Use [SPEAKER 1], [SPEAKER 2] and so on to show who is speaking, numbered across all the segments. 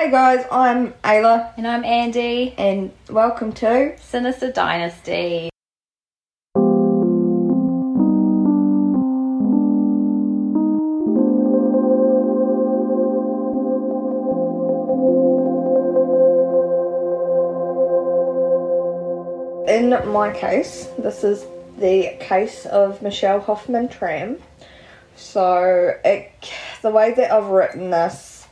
[SPEAKER 1] Hey guys, I'm Ayla,
[SPEAKER 2] And I'm Andy,
[SPEAKER 1] and welcome to
[SPEAKER 2] Sinister Dynasty.
[SPEAKER 1] In My Case. This is the case of Michelle Hoffman Tram. So, it, the way that I've written this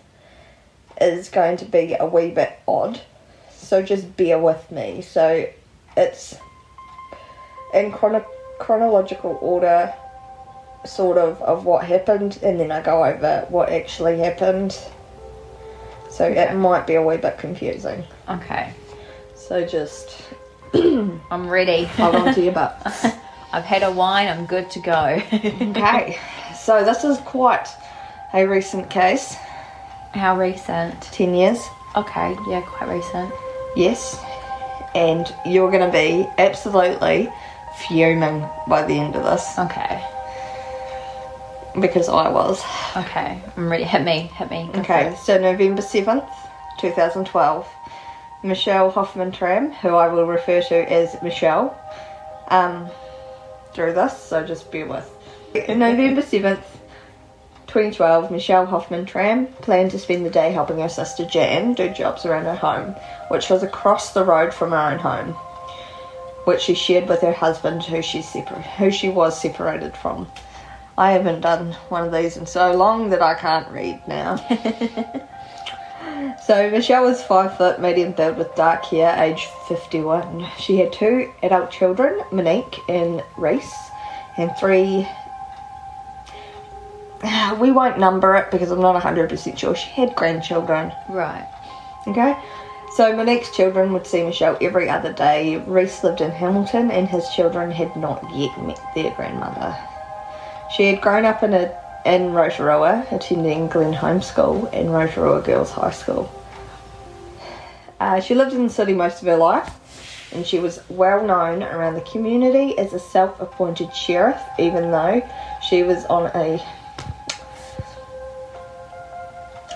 [SPEAKER 1] is going to be a wee bit odd, so just bear with me. So, it's in chrono- chronological order, sort of, of what happened, and then I go over what actually happened. So, it might be a wee bit confusing.
[SPEAKER 2] Okay,
[SPEAKER 1] So just
[SPEAKER 2] I'm ready.
[SPEAKER 1] hold on to your butts.
[SPEAKER 2] I've had a wine, I'm good to go.
[SPEAKER 1] okay, so this is quite a recent case.
[SPEAKER 2] How recent?
[SPEAKER 1] 10 years,
[SPEAKER 2] Okay, yeah, quite recent.
[SPEAKER 1] yes. And you're going to be absolutely fuming by the end of this
[SPEAKER 2] Okay,
[SPEAKER 1] because I was.
[SPEAKER 2] okay, I'm ready. Hit me, hit me. go
[SPEAKER 1] Okay, so November 7th, 2012, Michelle Hoffman Tram, who I will refer to as Michelle, um, through this, so just bear with. November 7th, 2012, Michelle Hoffman Tram planned to spend the day helping her sister Jan do jobs around her home, which was across the road from her own home, which she shared with her husband, who she, separ- who she was separated from. I haven't done one of these in so long that I can't read now. so Michelle was five foot, medium build, with dark hair, age fifty-one. She had two adult children, Monique and Reese, and three. We won't number it because I'm not hundred percent sure. She had grandchildren.
[SPEAKER 2] through. Right.
[SPEAKER 1] Okay. So Monique's children would see Michelle every other day. Reese lived in Hamilton and his children had not yet met their grandmother. She had grown up in a in Rotorua, attending Glen Home School and Rotorua Girls High School. Uh, she lived in the city most of her life and she was well known around the community as a self appointed sheriff, even though she was on a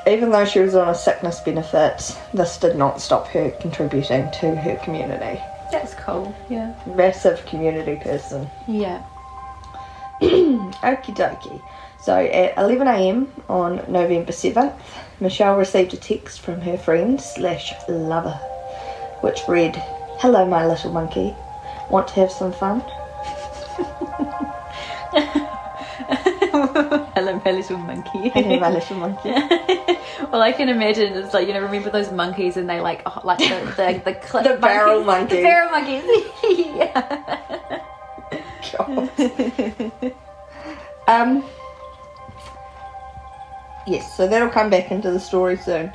[SPEAKER 1] even though she was on a sickness benefit, this did not stop her contributing to her community.
[SPEAKER 2] That's cool. Yeah.
[SPEAKER 1] Massive community person.
[SPEAKER 2] Yeah.
[SPEAKER 1] Okie dokie. So at 11am on November 7th, Michelle received a text from her friend slash lover, which read, Hello, my little monkey. Want to have some fun?
[SPEAKER 2] Hello, my little monkey.
[SPEAKER 1] Hello, my little monkey.
[SPEAKER 2] well, I can imagine it's like you know, remember those monkeys and they like oh, like the the the, clip
[SPEAKER 1] The barrel monkey.
[SPEAKER 2] monkeys. The barrel monkeys. yeah.
[SPEAKER 1] God. um, yes, so that'll come back into the story soon.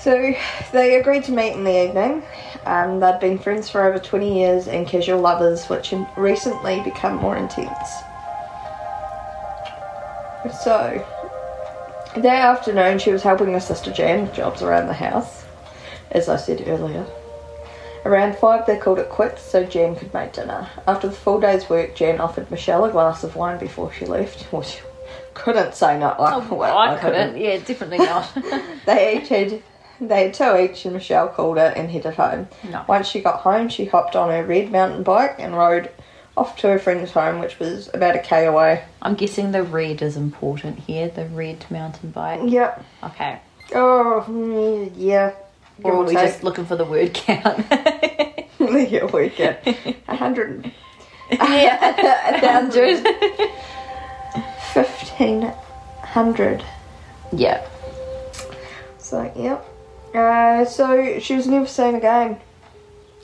[SPEAKER 1] So they agreed to meet in the evening. Um, they'd been friends for over 20 years and casual lovers, which had recently become more intense. So that afternoon, she was helping her sister Jan with jobs around the house, as I said earlier. Around five, they called it quits so Jan could make dinner. After the full day's work, Jan offered Michelle a glass of wine before she left. Well, she couldn't say no. I,
[SPEAKER 2] Oh,
[SPEAKER 1] well,
[SPEAKER 2] I couldn't. Yeah, definitely not.
[SPEAKER 1] They each had they had two each, and Michelle called it and headed home.
[SPEAKER 2] No.
[SPEAKER 1] Once she got home, she hopped on her red mountain bike and rode off to her friend's home, which was about a k away.
[SPEAKER 2] I'm guessing the red is important here, the red mountain bike.
[SPEAKER 1] Yep.
[SPEAKER 2] Okay.
[SPEAKER 1] Oh, mm, yeah. Give
[SPEAKER 2] Or
[SPEAKER 1] or
[SPEAKER 2] are we
[SPEAKER 1] take.
[SPEAKER 2] just looking for the word count?
[SPEAKER 1] yeah, we get a hundred. a thousand,
[SPEAKER 2] Hundred.
[SPEAKER 1] fifteen hundred.
[SPEAKER 2] yeah.
[SPEAKER 1] So yep. Uh, so she was never seen again.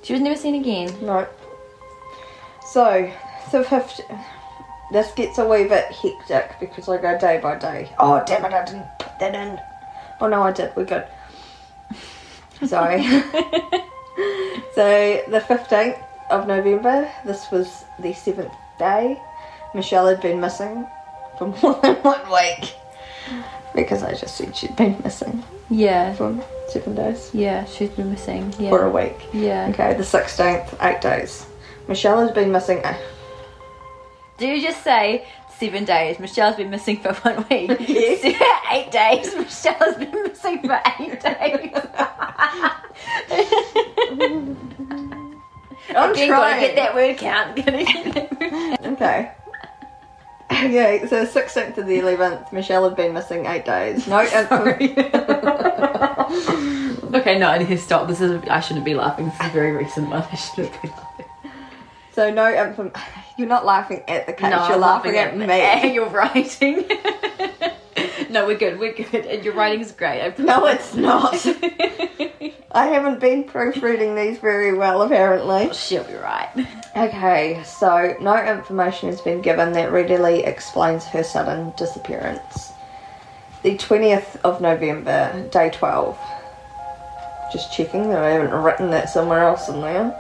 [SPEAKER 2] She was never seen again.
[SPEAKER 1] No. So, so fifth. This gets a wee bit hectic because I go day by day. Oh damn it! I didn't put that in. Oh no, I did. We're good. Sorry. so the fifteenth of November. This was the seventh day. Michelle had been missing for more than one week because I just said she'd been missing
[SPEAKER 2] Yeah.
[SPEAKER 1] for seven days
[SPEAKER 2] Yeah, she's been missing. Yeah.
[SPEAKER 1] for a week.
[SPEAKER 2] yeah.
[SPEAKER 1] Okay, the 16th, eight days. Michelle has been missing.
[SPEAKER 2] Do you just say seven days. Michelle's been missing for one week.
[SPEAKER 1] Yeah.
[SPEAKER 2] Se- eight days. Michelle's been missing for eight days.
[SPEAKER 1] I'm
[SPEAKER 2] Again, gotta
[SPEAKER 1] trying.
[SPEAKER 2] get that word count. Gotta get that word count.
[SPEAKER 1] Okay. Okay, so 16th to the 11th, Michelle had been missing eight days. No,
[SPEAKER 2] uh,
[SPEAKER 3] Okay, no, and here stop. This is I shouldn't be laughing. This is a very recent one. I shouldn't be laughing.
[SPEAKER 1] so no inform- You're not laughing at the case,
[SPEAKER 3] No,
[SPEAKER 1] you're
[SPEAKER 3] I'm
[SPEAKER 1] laughing,
[SPEAKER 3] laughing
[SPEAKER 1] at me.
[SPEAKER 2] You're writing.
[SPEAKER 3] No, we're good. We're good. And your writing's great. I
[SPEAKER 1] No, it's not.
[SPEAKER 3] promise.
[SPEAKER 1] I haven't been proofreading these very well, apparently.
[SPEAKER 3] She'll be right.
[SPEAKER 1] Okay, so no information has been given that readily explains her sudden disappearance. The 20th of November, day 12. Just checking that I haven't written that somewhere else in there.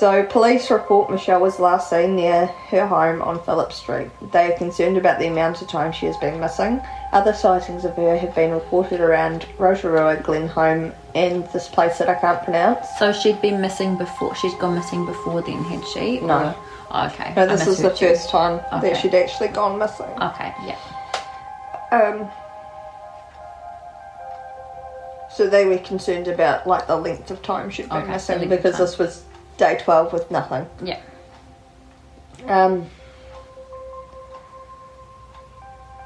[SPEAKER 1] So, police report Michelle was last seen near her home on Phillip Street. They are concerned about the amount of time she has been missing. Other sightings of her have been reported around Rotorua, Glenholm, and this place that I can't pronounce.
[SPEAKER 2] So she'd been missing before. She'd gone missing before then, had she?
[SPEAKER 1] No.
[SPEAKER 2] Oh, okay.
[SPEAKER 1] No,
[SPEAKER 2] I
[SPEAKER 1] this is the
[SPEAKER 2] misheard you.
[SPEAKER 1] first time
[SPEAKER 2] Okay.
[SPEAKER 1] that she'd actually gone missing.
[SPEAKER 2] Okay. Yeah.
[SPEAKER 1] Um, so they were concerned about like the length of time she'd been
[SPEAKER 2] Okay, the
[SPEAKER 1] missing
[SPEAKER 2] length of
[SPEAKER 1] because
[SPEAKER 2] time.
[SPEAKER 1] this was day twelve with nothing.
[SPEAKER 2] Yeah.
[SPEAKER 1] Um,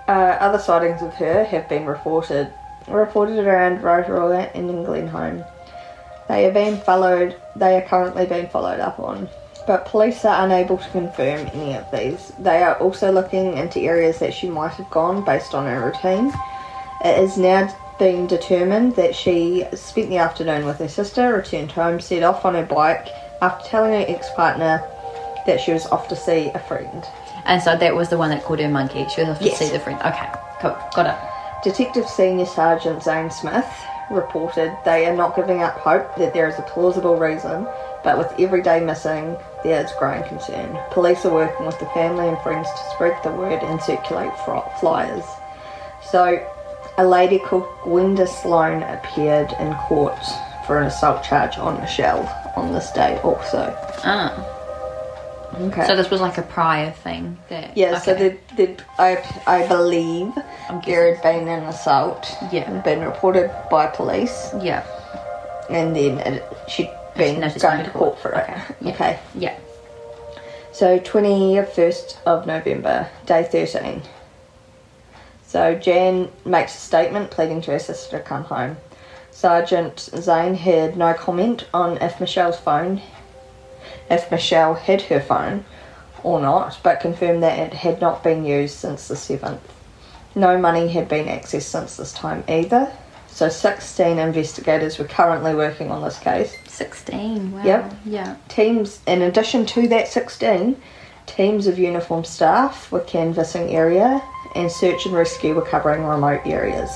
[SPEAKER 1] uh, other sightings of her have been reported, reported around Rotorua and in Glenholm. They are being followed. They are currently being followed up on, but police are unable to confirm any of these. They are also looking into areas that she might have gone based on her routine. It is now being determined that she spent the afternoon with her sister, returned home, set off on her bike after telling her ex-partner that she was off to see a friend.
[SPEAKER 2] And so that was the one that called her monkey. She was off to
[SPEAKER 1] Yes.
[SPEAKER 2] see the friend. Okay. Cool. Got it.
[SPEAKER 1] Detective Senior Sergeant Zane Smith reported they are not giving up hope that there is a plausible reason, but with every day missing, there is growing concern. Police are working with the family and friends to spread the word and circulate fro- flyers. So, a lady called Gwenda Sloan appeared in court for an assault charge on Michelle on this day also.
[SPEAKER 2] Ah.
[SPEAKER 1] Okay.
[SPEAKER 2] So this was like a prior thing. That,
[SPEAKER 1] Yeah, so
[SPEAKER 2] okay.
[SPEAKER 1] they they I, I believe
[SPEAKER 2] I'm guessing
[SPEAKER 1] there had been an assault.
[SPEAKER 2] Yeah.
[SPEAKER 1] and Been reported by police,
[SPEAKER 2] Yeah.
[SPEAKER 1] and then it, she'd been
[SPEAKER 2] now she's
[SPEAKER 1] going to court for it.
[SPEAKER 2] Okay.
[SPEAKER 1] Okay.
[SPEAKER 2] Yeah. Yeah.
[SPEAKER 1] So, 21st of November, day 13. So, Jan makes a statement pleading to her sister to come home. Sergeant Zane had no comment on if Michelle's phone, if Michelle had her phone or not, but confirmed that it had not been used since the 7th. No money had been accessed since this time either. So, 16 investigators were currently working on this case.
[SPEAKER 2] 16. Wow.
[SPEAKER 1] Yep.
[SPEAKER 2] Yeah.
[SPEAKER 1] Teams, in addition to that 16, teams of uniformed staff were canvassing area and search and rescue were covering remote areas.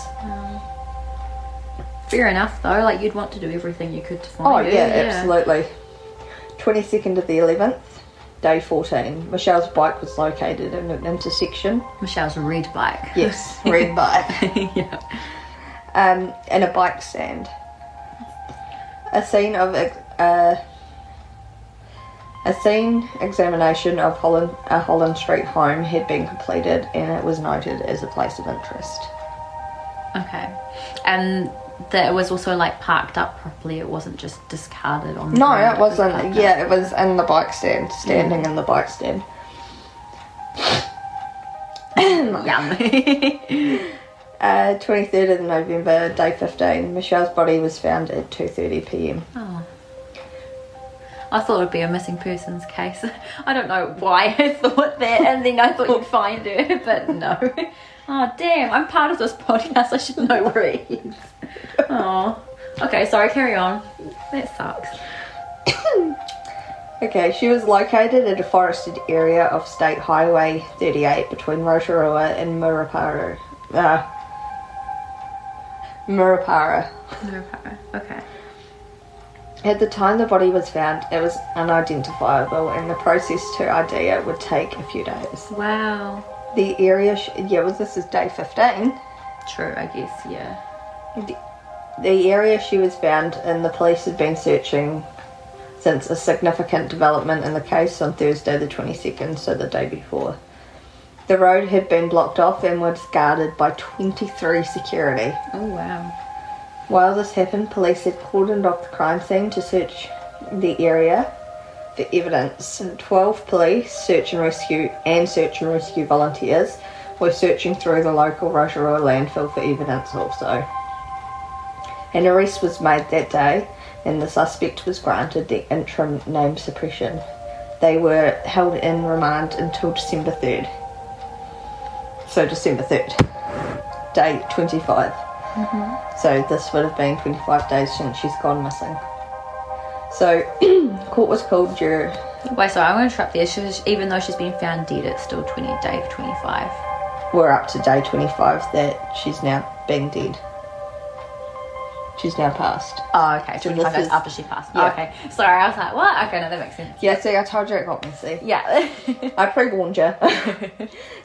[SPEAKER 2] Fair enough, though. Like, you'd want to do everything you could to find
[SPEAKER 1] Oh,
[SPEAKER 2] her.
[SPEAKER 1] yeah, absolutely. 22nd of the 11th, day 14. Michelle's bike was located in an intersection.
[SPEAKER 2] Michelle's red bike.
[SPEAKER 1] Yes, red bike.
[SPEAKER 2] yeah.
[SPEAKER 1] um, in a bike stand. A scene of ex- uh, a scene examination of Holland, a Holland Street home had been completed, and it was noted as a place of interest.
[SPEAKER 2] Okay. And that it was also like parked up properly. It wasn't just discarded on. the
[SPEAKER 1] No,
[SPEAKER 2] ground.
[SPEAKER 1] it wasn't. Mm.
[SPEAKER 2] parked up.
[SPEAKER 1] Yeah, it was in the bike stand, standing in the bike stand.
[SPEAKER 2] Yum.
[SPEAKER 1] Uh, 23rd of November, day 15. Michelle's body was found at 2:30 p.m.
[SPEAKER 2] oh. I thought it'd be a missing persons case. I don't know why I thought that, and then I thought you'd find her, but no. Oh damn! I'm part of this podcast. I should know where it is. Oh. Okay. Sorry. Carry on. That sucks.
[SPEAKER 1] Hmm. Okay, she was located at a forested area of State Highway 38 between Rotorua and Muraparu. Uh, Murupara.
[SPEAKER 2] No power. Okay.
[SPEAKER 1] At the time the body was found, it was unidentifiable, and the process to ID it would take a few days.
[SPEAKER 2] Wow.
[SPEAKER 1] The area, sh yeah, well, this is day 15.
[SPEAKER 2] True. I guess. Yeah.
[SPEAKER 1] The area she was found in, the police had been searching since a significant development in the case on Thursday, the 22nd, so the day before. The The road had been blocked off and was guarded by 23 security.
[SPEAKER 2] Oh wow.
[SPEAKER 1] While this happened, police had cordoned off the crime scene to search the area for evidence. 12 police, search and rescue, and search and rescue volunteers were searching through the local Rotorua landfill for evidence also. An arrest was made that day, and the suspect was granted the interim name suppression. They were held in remand until December 3rd. So, December 3rd, day 25. So this would have been 25 days since she's gone missing. So court was called due.
[SPEAKER 2] Wait, sorry, I'm going to interrupt there. She was, even though she's been found dead, it's still 20 day 25.
[SPEAKER 1] We're up to day 25 that she's now been dead. She's now passed.
[SPEAKER 2] Oh, okay.
[SPEAKER 1] So this
[SPEAKER 2] 25 days
[SPEAKER 1] is-
[SPEAKER 2] after she passed.
[SPEAKER 1] yeah.
[SPEAKER 2] Oh, okay. Sorry, I was like, what? Okay, no, that makes sense.
[SPEAKER 1] Yeah, see, I told you it got messy.
[SPEAKER 2] Yeah.
[SPEAKER 1] I pre warned you.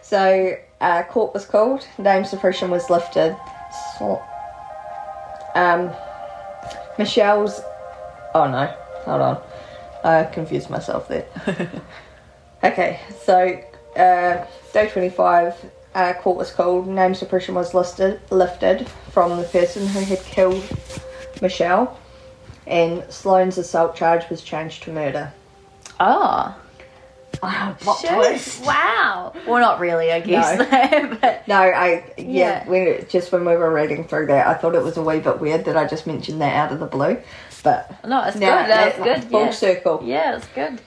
[SPEAKER 1] so uh, court was called. Name suppression was lifted. So, um, Michelle's. Oh no, hold on. I confused myself there. okay, so uh, day twenty-five. Uh, court was called. Name suppression was listed, lifted from the person who had killed Michelle, and Sloane's assault charge was changed to murder.
[SPEAKER 2] oh.
[SPEAKER 1] Plot
[SPEAKER 2] shit.
[SPEAKER 1] twist.
[SPEAKER 2] Wow. Well, not really, I guess. but
[SPEAKER 1] No, I yeah,
[SPEAKER 2] Yeah.
[SPEAKER 1] When it, just when we were reading through that, I thought it was a wee bit weird that I just mentioned that out of the blue, but
[SPEAKER 2] no, it's
[SPEAKER 1] now
[SPEAKER 2] good. That's
[SPEAKER 1] that-
[SPEAKER 2] good.
[SPEAKER 1] full
[SPEAKER 2] yeah.
[SPEAKER 1] circle.
[SPEAKER 2] Yeah, it's good.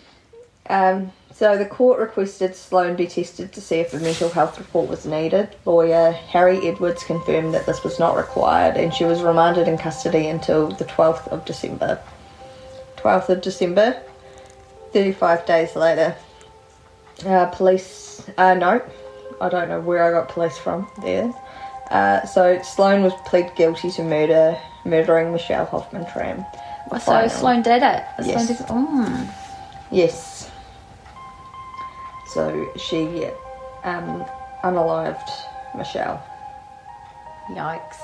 [SPEAKER 1] Um, so the court requested Sloan be tested to see if a mental health report was needed. Lawyer Harry Edwards confirmed that this was not required, and she was remanded in custody until the 12th of December. 12th of December, 35 days later. Uh, police, uh, no, I don't know where I got police from there. Uh, so Sloan was plead guilty to murder, murdering Michelle Hoffman Tram.
[SPEAKER 2] So Sloan did it.
[SPEAKER 1] Yes.
[SPEAKER 2] Sloan did it. Mm.
[SPEAKER 1] Yes. So she um, unalived Michelle.
[SPEAKER 2] Yikes.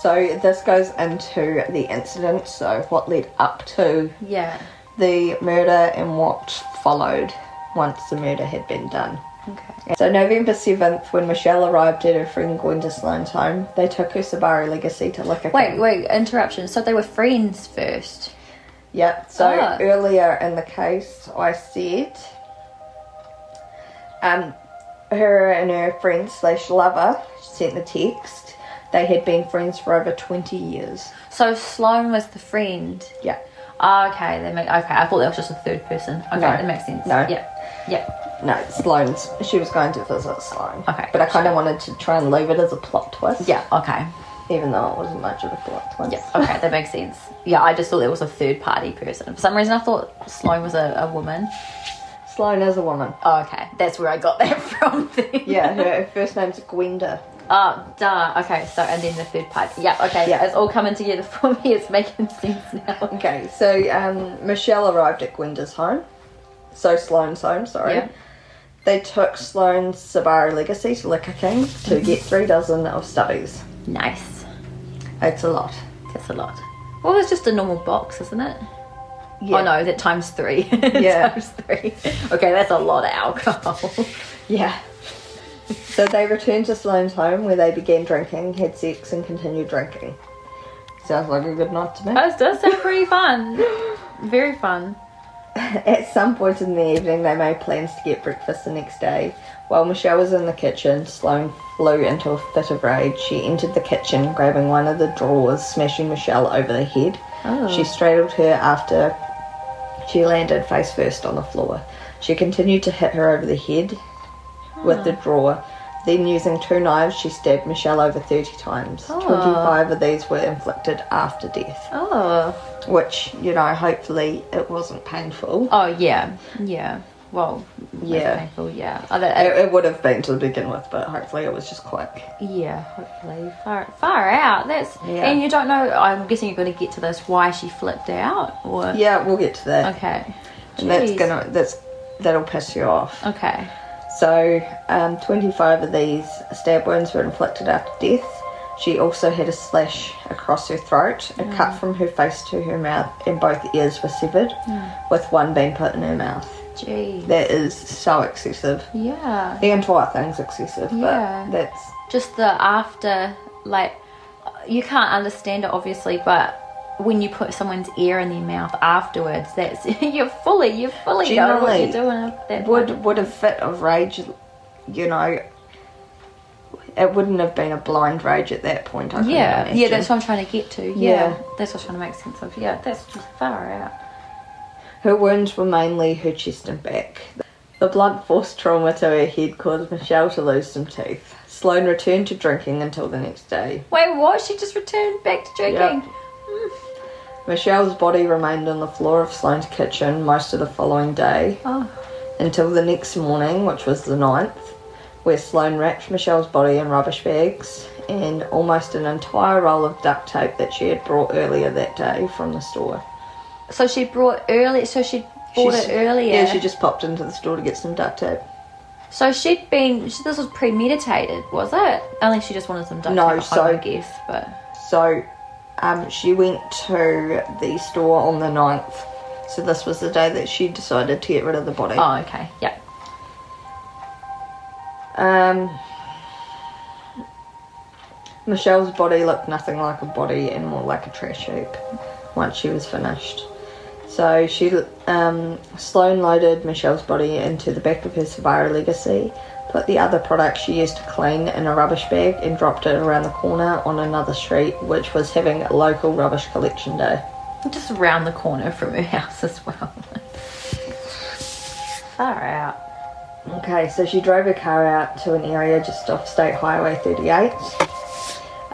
[SPEAKER 1] So this goes into the incident, so what led up to
[SPEAKER 2] Yeah.
[SPEAKER 1] the murder and what followed once the murder had been done.
[SPEAKER 2] Okay.
[SPEAKER 1] So November 7th, when Michelle arrived at her friend Gwenda Sloane's home, they took her Subaru Legacy to Liquor
[SPEAKER 2] Wait, wait, interruption. So they were friends first.
[SPEAKER 1] Yep. So
[SPEAKER 2] Ah.
[SPEAKER 1] earlier in the case, I said, um, her and her friend slash lover sent the text. They had been friends for over twenty years.
[SPEAKER 2] So Sloan was the friend.
[SPEAKER 1] Yeah.
[SPEAKER 2] Oh, okay, that make okay. I thought that was just a third person. Okay,
[SPEAKER 1] No.
[SPEAKER 2] that makes sense.
[SPEAKER 1] No.
[SPEAKER 2] Yeah. Yeah.
[SPEAKER 1] No, Sloane's. She was going to visit Sloane.
[SPEAKER 2] Okay,
[SPEAKER 1] But I kind of wanted to try and leave it as a plot twist.
[SPEAKER 2] Yeah. Okay.
[SPEAKER 1] Even though it wasn't much of a plot twist.
[SPEAKER 2] Yeah. Okay, that makes sense. Yeah, I just thought there was a third party person. For some reason, I thought Sloan was a, a woman.
[SPEAKER 1] Sloane is a woman.
[SPEAKER 2] Oh, okay, that's where I got that from. Then.
[SPEAKER 1] Yeah. Her first name's Gwenda.
[SPEAKER 2] Oh, duh. Okay, so and then the third party. Yeah. Okay.
[SPEAKER 1] Yeah.
[SPEAKER 2] It's all coming together for me. It's making sense now.
[SPEAKER 1] Okay. So um, Michelle arrived at Gwenda's home. So Sloane's home. Sorry.
[SPEAKER 2] Yeah.
[SPEAKER 1] They took Sloane's Subaru Legacy to Liquor King to get three dozen of stubbies.
[SPEAKER 2] Nice.
[SPEAKER 1] It's a lot.
[SPEAKER 2] That's a lot. Well, it's just a normal box, isn't it?
[SPEAKER 1] Yeah.
[SPEAKER 2] Oh no, that times three.
[SPEAKER 1] Yeah.
[SPEAKER 2] times three. Okay, that's a lot of alcohol.
[SPEAKER 1] Yeah. so they returned to Sloane's home where they began drinking, had sex, and continued drinking. Sounds like a good night to me.
[SPEAKER 2] That does sound pretty fun. Very fun.
[SPEAKER 1] At some point in the evening, they made plans to get breakfast the next day. While Michelle was in the kitchen, Sloane flew into a fit of rage. She entered the kitchen, grabbing one of the drawers, smashing Michelle over the head.
[SPEAKER 2] Oh.
[SPEAKER 1] She straddled her after she landed face first on the floor. She continued to hit her over the head with the drawer. Then, using two knives, she stabbed Michelle over 30 times. 25 of these were inflicted after death,
[SPEAKER 2] Oh.
[SPEAKER 1] which, you know, hopefully it wasn't painful.
[SPEAKER 2] Oh yeah. Yeah. Well.
[SPEAKER 1] Yeah.
[SPEAKER 2] Yeah. Painful, yeah. Oh, that,
[SPEAKER 1] It, it would have been to begin with, but hopefully it was just quick.
[SPEAKER 2] yeah. Hopefully. Far far out. That's.
[SPEAKER 1] Yeah.
[SPEAKER 2] And you don't know. I'm guessing you're going to get to this. Why she flipped out? Or.
[SPEAKER 1] Yeah, we'll get to that.
[SPEAKER 2] Okay.
[SPEAKER 1] And that's
[SPEAKER 2] Jeez.
[SPEAKER 1] gonna that's that'll piss you off.
[SPEAKER 2] Okay.
[SPEAKER 1] So, um, 25 of these stab wounds were inflicted after death. She also had a slash across her throat, a
[SPEAKER 2] Mm. Mm.
[SPEAKER 1] cut from her face to her mouth, and both ears were severed, with one being put in her mouth.
[SPEAKER 2] Gee.
[SPEAKER 1] That is so excessive.
[SPEAKER 2] Yeah.
[SPEAKER 1] The entire thing's excessive,
[SPEAKER 2] Yeah.
[SPEAKER 1] but that's
[SPEAKER 2] Just the after, like, you can't understand it obviously, but when you put someone's ear in their mouth afterwards, that's you're fully, you're fully know what
[SPEAKER 1] Generally,
[SPEAKER 2] you're doing. at That point.
[SPEAKER 1] would would a fit of rage, you know. It wouldn't have been a blind rage at that point. I can
[SPEAKER 2] Yeah, yeah,
[SPEAKER 1] imagine.
[SPEAKER 2] that's what I'm trying to get to. Yeah,
[SPEAKER 1] Yeah.
[SPEAKER 2] that's what I'm trying to make sense of. Yeah, that's just far out.
[SPEAKER 1] Her wounds were mainly her chest and back. The blunt force trauma to her head caused Michelle to lose some teeth. Sloane returned to drinking until the next day.
[SPEAKER 2] Wait, what? She just returned back to drinking.
[SPEAKER 1] Michelle's body remained on the floor of Sloane's kitchen most of the following day
[SPEAKER 2] Oh,
[SPEAKER 1] until the next morning, which was the 9th, where Sloane wrapped Michelle's body in rubbish bags and almost an entire roll of duct tape that she had brought earlier that day from the store.
[SPEAKER 2] so she brought early. So she bought
[SPEAKER 1] She's-
[SPEAKER 2] it earlier.
[SPEAKER 1] Yeah, she just popped into the store to get some duct tape.
[SPEAKER 2] so she'd been. She, this was premeditated, was it? Unless she just wanted some duct
[SPEAKER 1] No,
[SPEAKER 2] tape at home,
[SPEAKER 1] so-
[SPEAKER 2] I guess. But
[SPEAKER 1] So um, she went to the store on the 9th. So this was the day that she decided to get rid of the body.
[SPEAKER 2] oh, okay, yeah.
[SPEAKER 1] Um, Michelle's body looked nothing like a body and more like a trash heap once she was finished. So she um, Sloan loaded Michelle's body into the back of her Survivor Legacy, put the other products she used to clean in a rubbish bag, and dropped it around the corner on another street, which was having a local rubbish collection day.
[SPEAKER 2] Just around the corner from her house as well. far out.
[SPEAKER 1] Okay, so she drove her car out to an area just off State Highway 38.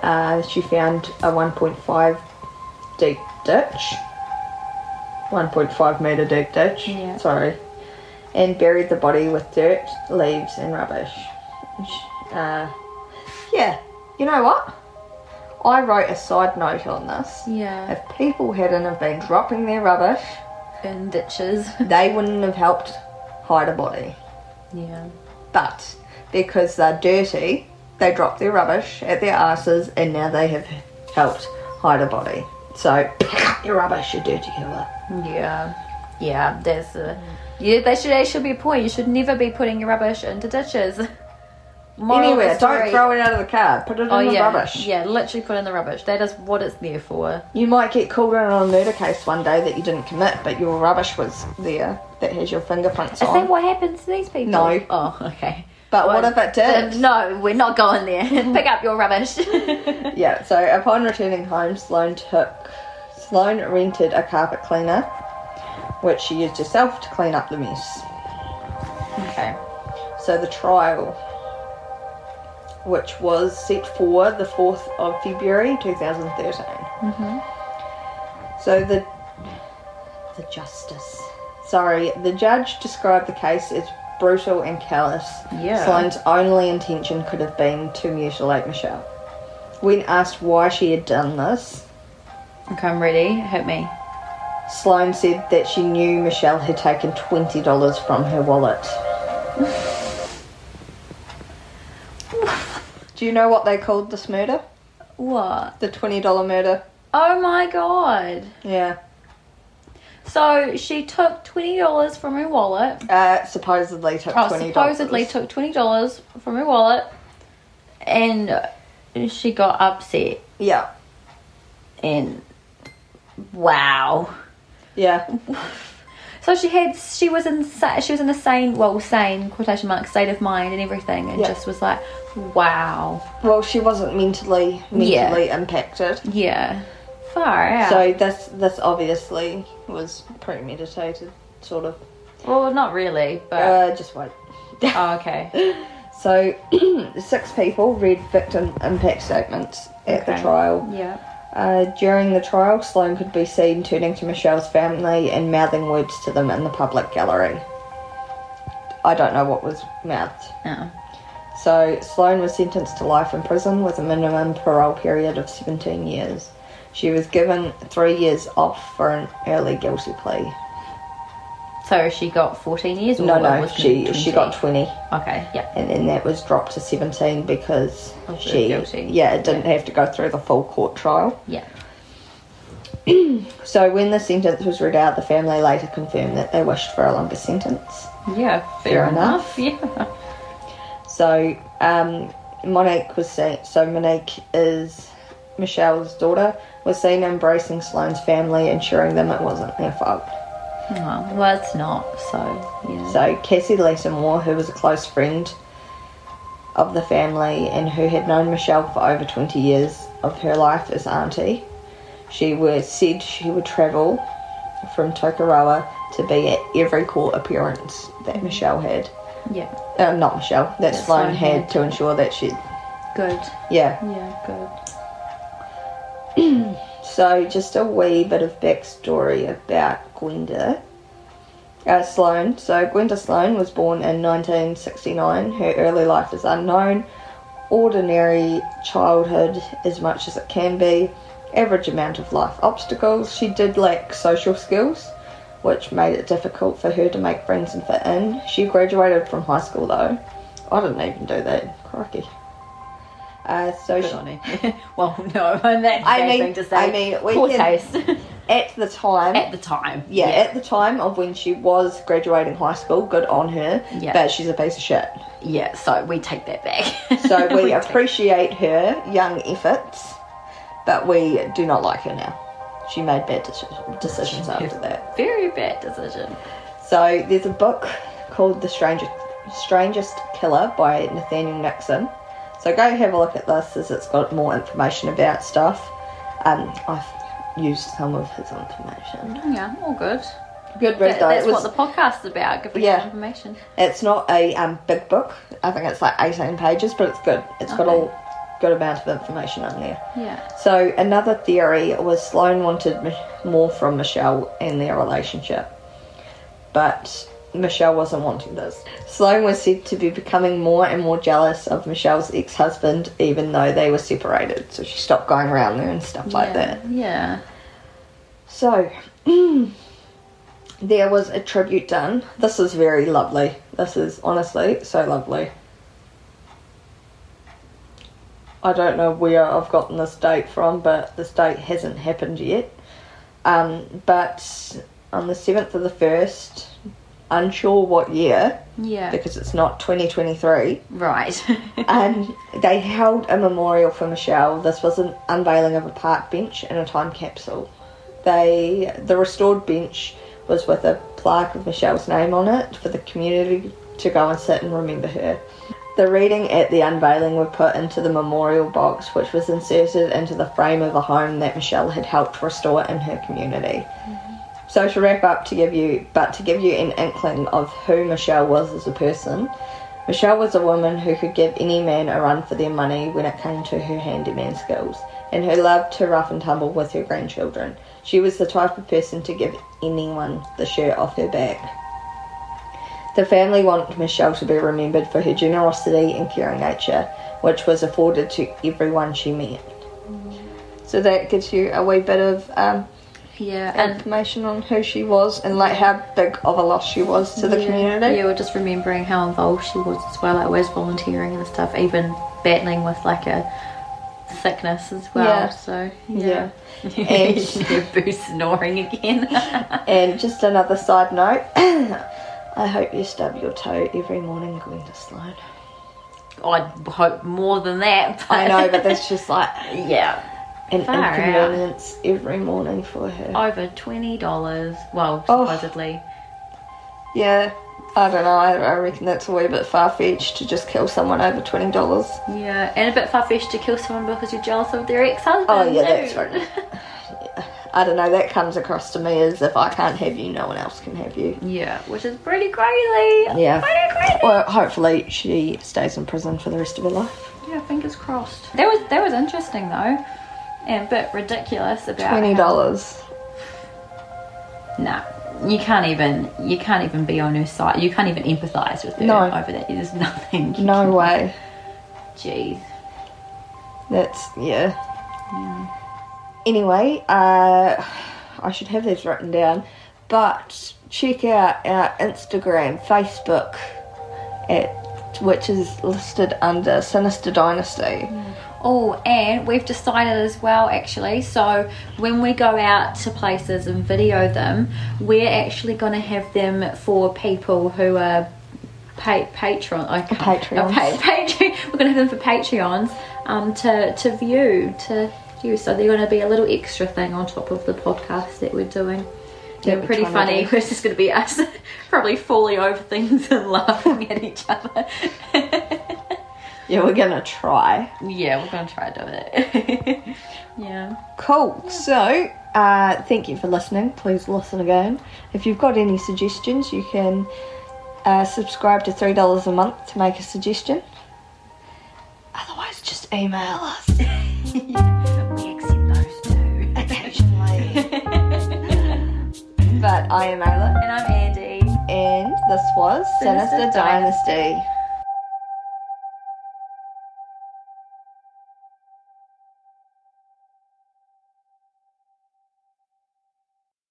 [SPEAKER 1] Uh, she found a 1.5 deep ditch. 1.5 metre deep ditch.
[SPEAKER 2] Yeah.
[SPEAKER 1] Sorry. And buried the body with dirt, leaves, and rubbish. Sh- Uh, yeah, you know what? I wrote a side note on this.
[SPEAKER 2] Yeah.
[SPEAKER 1] If people hadn't have been dropping their rubbish,
[SPEAKER 2] In ditches.
[SPEAKER 1] they wouldn't have helped hide a body.
[SPEAKER 2] yeah.
[SPEAKER 1] But because they're dirty, they drop their rubbish at their asses and now they have helped hide a body. So pick up your rubbish, you dirty killer.
[SPEAKER 2] Yeah, yeah. There's a yeah. That should that should be a point. You should never be putting your rubbish into ditches. Moral of the
[SPEAKER 1] Anywhere, don't
[SPEAKER 2] story-
[SPEAKER 1] throw it out of the car, put it in
[SPEAKER 2] Oh
[SPEAKER 1] the
[SPEAKER 2] yeah,
[SPEAKER 1] rubbish.
[SPEAKER 2] yeah. Literally put in the rubbish. That is what it's there for.
[SPEAKER 1] You might get called in on a murder case one day that you didn't commit, but your rubbish was there that has your fingerprints
[SPEAKER 2] Is
[SPEAKER 1] on.
[SPEAKER 2] that what happens to these people?
[SPEAKER 1] No.
[SPEAKER 2] Oh, okay.
[SPEAKER 1] But what if it did?
[SPEAKER 2] Uh, no, we're not going there. Pick up your rubbish.
[SPEAKER 1] Yeah, so upon returning home, Sloane took Sloane rented a carpet cleaner, which she used herself to clean up the mess.
[SPEAKER 2] okay.
[SPEAKER 1] So the trial, which was set for the 4th of February 2013. Mm-hmm. So the the justice. Sorry, the judge described the case as brutal and callous.
[SPEAKER 2] Yeah.
[SPEAKER 1] Sloane's only intention could have been to mutilate Michelle. When asked why she had done this,
[SPEAKER 2] Okay, I'm ready. Hit me.
[SPEAKER 1] Sloane said that she knew Michelle had taken $20 from her wallet. Do you know what they called this murder?
[SPEAKER 2] What?
[SPEAKER 1] The $20 murder?
[SPEAKER 2] Oh my god.
[SPEAKER 1] Yeah.
[SPEAKER 2] So she took twenty dollars from her wallet.
[SPEAKER 1] Uh, supposedly took
[SPEAKER 2] Oh,
[SPEAKER 1] $20.
[SPEAKER 2] supposedly took twenty dollars from her wallet, and she got upset.
[SPEAKER 1] Yeah.
[SPEAKER 2] And wow,
[SPEAKER 1] Yeah.
[SPEAKER 2] so she had she was in sa- she was in a sane well sane quotation mark state of mind and everything, and
[SPEAKER 1] Yeah.
[SPEAKER 2] just was like, wow,
[SPEAKER 1] Well, she wasn't mentally
[SPEAKER 2] Yeah.
[SPEAKER 1] mentally impacted.
[SPEAKER 2] yeah, far out.
[SPEAKER 1] So this this obviously was premeditated, sort of.
[SPEAKER 2] well, not really, but
[SPEAKER 1] Uh, just wait.
[SPEAKER 2] oh, okay,
[SPEAKER 1] So six people read victim impact statements at the
[SPEAKER 2] Okay.
[SPEAKER 1] trial.
[SPEAKER 2] yeah,
[SPEAKER 1] Uh, during the trial, Sloane could be seen turning to Michelle's family and mouthing words to them in the public gallery. I don't know what was mouthed.
[SPEAKER 2] no,
[SPEAKER 1] So, Sloane was sentenced to life in prison with a minimum parole period of 17 years. She was given three years off for an early guilty plea.
[SPEAKER 2] so she got fourteen years. or
[SPEAKER 1] No,
[SPEAKER 2] what
[SPEAKER 1] no,
[SPEAKER 2] was it,
[SPEAKER 1] she, she got
[SPEAKER 2] 20?
[SPEAKER 1] 20,
[SPEAKER 2] okay, yeah,
[SPEAKER 1] and then that was dropped to 17 because
[SPEAKER 2] Of the
[SPEAKER 1] she,
[SPEAKER 2] guilty.
[SPEAKER 1] yeah, it didn't have to go through the full court trial.
[SPEAKER 2] yeah.
[SPEAKER 1] So when the sentence was read out, the family later confirmed that they wished for a longer sentence.
[SPEAKER 2] Yeah,
[SPEAKER 1] Fair
[SPEAKER 2] Yeah.
[SPEAKER 1] So um, Monique was seen. So Monique is Michelle's daughter. Was seen embracing Sloane's family, ensuring them it wasn't their fault.
[SPEAKER 2] Oh, well, it's not. So yeah.
[SPEAKER 1] So Cassie Lisa Moore, who was a close friend of the family and who had known Michelle for over 20 years of her life as auntie, she was said she would travel from Tokoroa to be at every court appearance that Michelle had.
[SPEAKER 2] yeah.
[SPEAKER 1] Uh, not Michelle, that, Sloane
[SPEAKER 2] Sloane
[SPEAKER 1] had,
[SPEAKER 2] had.
[SPEAKER 1] to ensure that she,
[SPEAKER 2] Good.
[SPEAKER 1] yeah,
[SPEAKER 2] Yeah. Good.
[SPEAKER 1] So, just a wee bit of backstory about Gwenda uh, Sloan. So, Gwenda Sloan was born in 1969. Her early life is unknown. Ordinary childhood, as much as it can be. Average amount of life obstacles. She did lack social skills, which made it difficult for her to make friends and fit in. She graduated from high school though. I didn't even do that. Crikey. Uh, so
[SPEAKER 2] Good
[SPEAKER 1] she,
[SPEAKER 2] on it. well, no, that's
[SPEAKER 1] I
[SPEAKER 2] I
[SPEAKER 1] mean-
[SPEAKER 2] thing to say.
[SPEAKER 1] I mean, we
[SPEAKER 2] poor
[SPEAKER 1] can-
[SPEAKER 2] taste
[SPEAKER 1] at the time,
[SPEAKER 2] at the time.
[SPEAKER 1] yeah, at the time of when she was graduating high school, good on her.
[SPEAKER 2] Yeah.
[SPEAKER 1] But she's a piece of shit.
[SPEAKER 2] Yeah, so we take that back.
[SPEAKER 1] So we,
[SPEAKER 2] take-
[SPEAKER 1] appreciate her young efforts, but we do not like her now. She made bad deci- decisions after that.
[SPEAKER 2] Very bad decision.
[SPEAKER 1] So there's a book called The Strangest, Strangest Killer by Nathaniel Nixon. So go have a look at this as it's got more information about stuff. Um, I've used some of his information.
[SPEAKER 2] Yeah, all good.
[SPEAKER 1] Good read
[SPEAKER 2] That,
[SPEAKER 1] though.
[SPEAKER 2] that's
[SPEAKER 1] it was
[SPEAKER 2] what the podcast's about, giving
[SPEAKER 1] Yeah.
[SPEAKER 2] yeah. information.
[SPEAKER 1] It's not a um, big book. I think it's like 18 pages, but it's good. It's got
[SPEAKER 2] Okay.
[SPEAKER 1] a good amount of information in there.
[SPEAKER 2] Yeah.
[SPEAKER 1] So another theory was Sloane wanted Mi- more from Michelle and their relationship, but Michelle wasn't wanting this. Sloane was said to be becoming more and more jealous of Michelle's ex-husband, even though they were separated. So she stopped going around there and stuff like
[SPEAKER 2] yeah.
[SPEAKER 1] that.
[SPEAKER 2] Yeah.
[SPEAKER 1] So, there was a tribute done. This is very lovely. This is honestly so lovely. I don't know where I've gotten this date from, but this date hasn't happened yet. Um, but on the 7th of the 1st, unsure what year,
[SPEAKER 2] Yeah.
[SPEAKER 1] because it's not 2023,
[SPEAKER 2] right.
[SPEAKER 1] um, they held a memorial for Michelle. This was an unveiling of a park bench and a time capsule. They the restored bench was with a plaque of Michelle's name on it for the community to go and sit and remember her. The reading at the unveiling were put into the memorial box, which was inserted into the frame of the home that Michelle had helped restore in her community. So to wrap up, to give you, but to give you an inkling of who Michelle was as a person, Michelle was a woman who could give any man a run for their money when it came to her handyman skills, and who loved to rough and tumble with her grandchildren. She was the type of person to give anyone the shirt off her back. The family want Michelle to be remembered for her generosity and caring nature, which was afforded to everyone she met. So that gives you a wee bit of um,
[SPEAKER 2] yeah. And
[SPEAKER 1] information on who she was and like how big of a loss she was to the
[SPEAKER 2] yeah,
[SPEAKER 1] community.
[SPEAKER 2] Yeah, we're just remembering how involved she was as well, like always volunteering and stuff, even battling with like a sickness as well.
[SPEAKER 1] Yeah.
[SPEAKER 2] So
[SPEAKER 1] Yeah.
[SPEAKER 2] yeah.
[SPEAKER 1] And-
[SPEAKER 2] Boo snoring again.
[SPEAKER 1] And just another side note, I hope you stub your toe every morning, Gwenda Sloan.
[SPEAKER 2] I hope more than that.
[SPEAKER 1] I know, but that's just like
[SPEAKER 2] yeah.
[SPEAKER 1] an
[SPEAKER 2] Far out.
[SPEAKER 1] inconvenience every morning for her.
[SPEAKER 2] Over twenty dollars. Well,
[SPEAKER 1] Oh.
[SPEAKER 2] supposedly.
[SPEAKER 1] Yeah, I don't know. I, I reckon that's a wee bit far fetched to just kill someone over twenty dollars.
[SPEAKER 2] Yeah. And a bit far fetched to kill someone because you're jealous of their ex husband.
[SPEAKER 1] Oh yeah, that's right. I don't know. That comes across to me as if I can't have you, no one else can have you.
[SPEAKER 2] Yeah, which is pretty crazy.
[SPEAKER 1] Yeah.
[SPEAKER 2] Pretty crazy.
[SPEAKER 1] Well, hopefully she stays in prison for the rest of her life.
[SPEAKER 2] Yeah, fingers crossed. That was that was interesting though, and a bit ridiculous about
[SPEAKER 1] Twenty dollars.
[SPEAKER 2] how- Nah, you can't even you can't even be on her side. You can't even empathise with her
[SPEAKER 1] No.
[SPEAKER 2] over that. There's nothing.
[SPEAKER 1] No way.
[SPEAKER 2] Jeez.
[SPEAKER 1] That's yeah. Anyway, uh, I should have these written down, but check out our Instagram, Facebook, at which is listed under Sinister Dynasty,
[SPEAKER 2] Oh, and we've decided as well, actually. So when we go out to places and video them, we're actually going to have them for people who are pa- patron. I can't-
[SPEAKER 1] Patreons.
[SPEAKER 2] a pa- Patre- we're going to have them for Patreons um, to to view to view. So they're going to be a little extra thing on top of the podcast that we're doing.
[SPEAKER 1] Yeah,
[SPEAKER 2] They're
[SPEAKER 1] we're
[SPEAKER 2] pretty
[SPEAKER 1] trying to
[SPEAKER 2] funny.
[SPEAKER 1] do-
[SPEAKER 2] It's just going to be us probably falling over things and laughing at each other.
[SPEAKER 1] Yeah, we're gonna try.
[SPEAKER 2] Yeah, we're gonna try to do it. yeah.
[SPEAKER 1] Cool. So, uh, thank you for listening. Please listen again. If you've got any suggestions, you can uh, subscribe to three dollars a month to make a suggestion. Otherwise, just email us
[SPEAKER 2] We accept those too.
[SPEAKER 1] occasionally. but I am Ayla,
[SPEAKER 2] And I'm Andy.
[SPEAKER 1] and this was Sinister,
[SPEAKER 2] Sinister
[SPEAKER 1] Dynasty.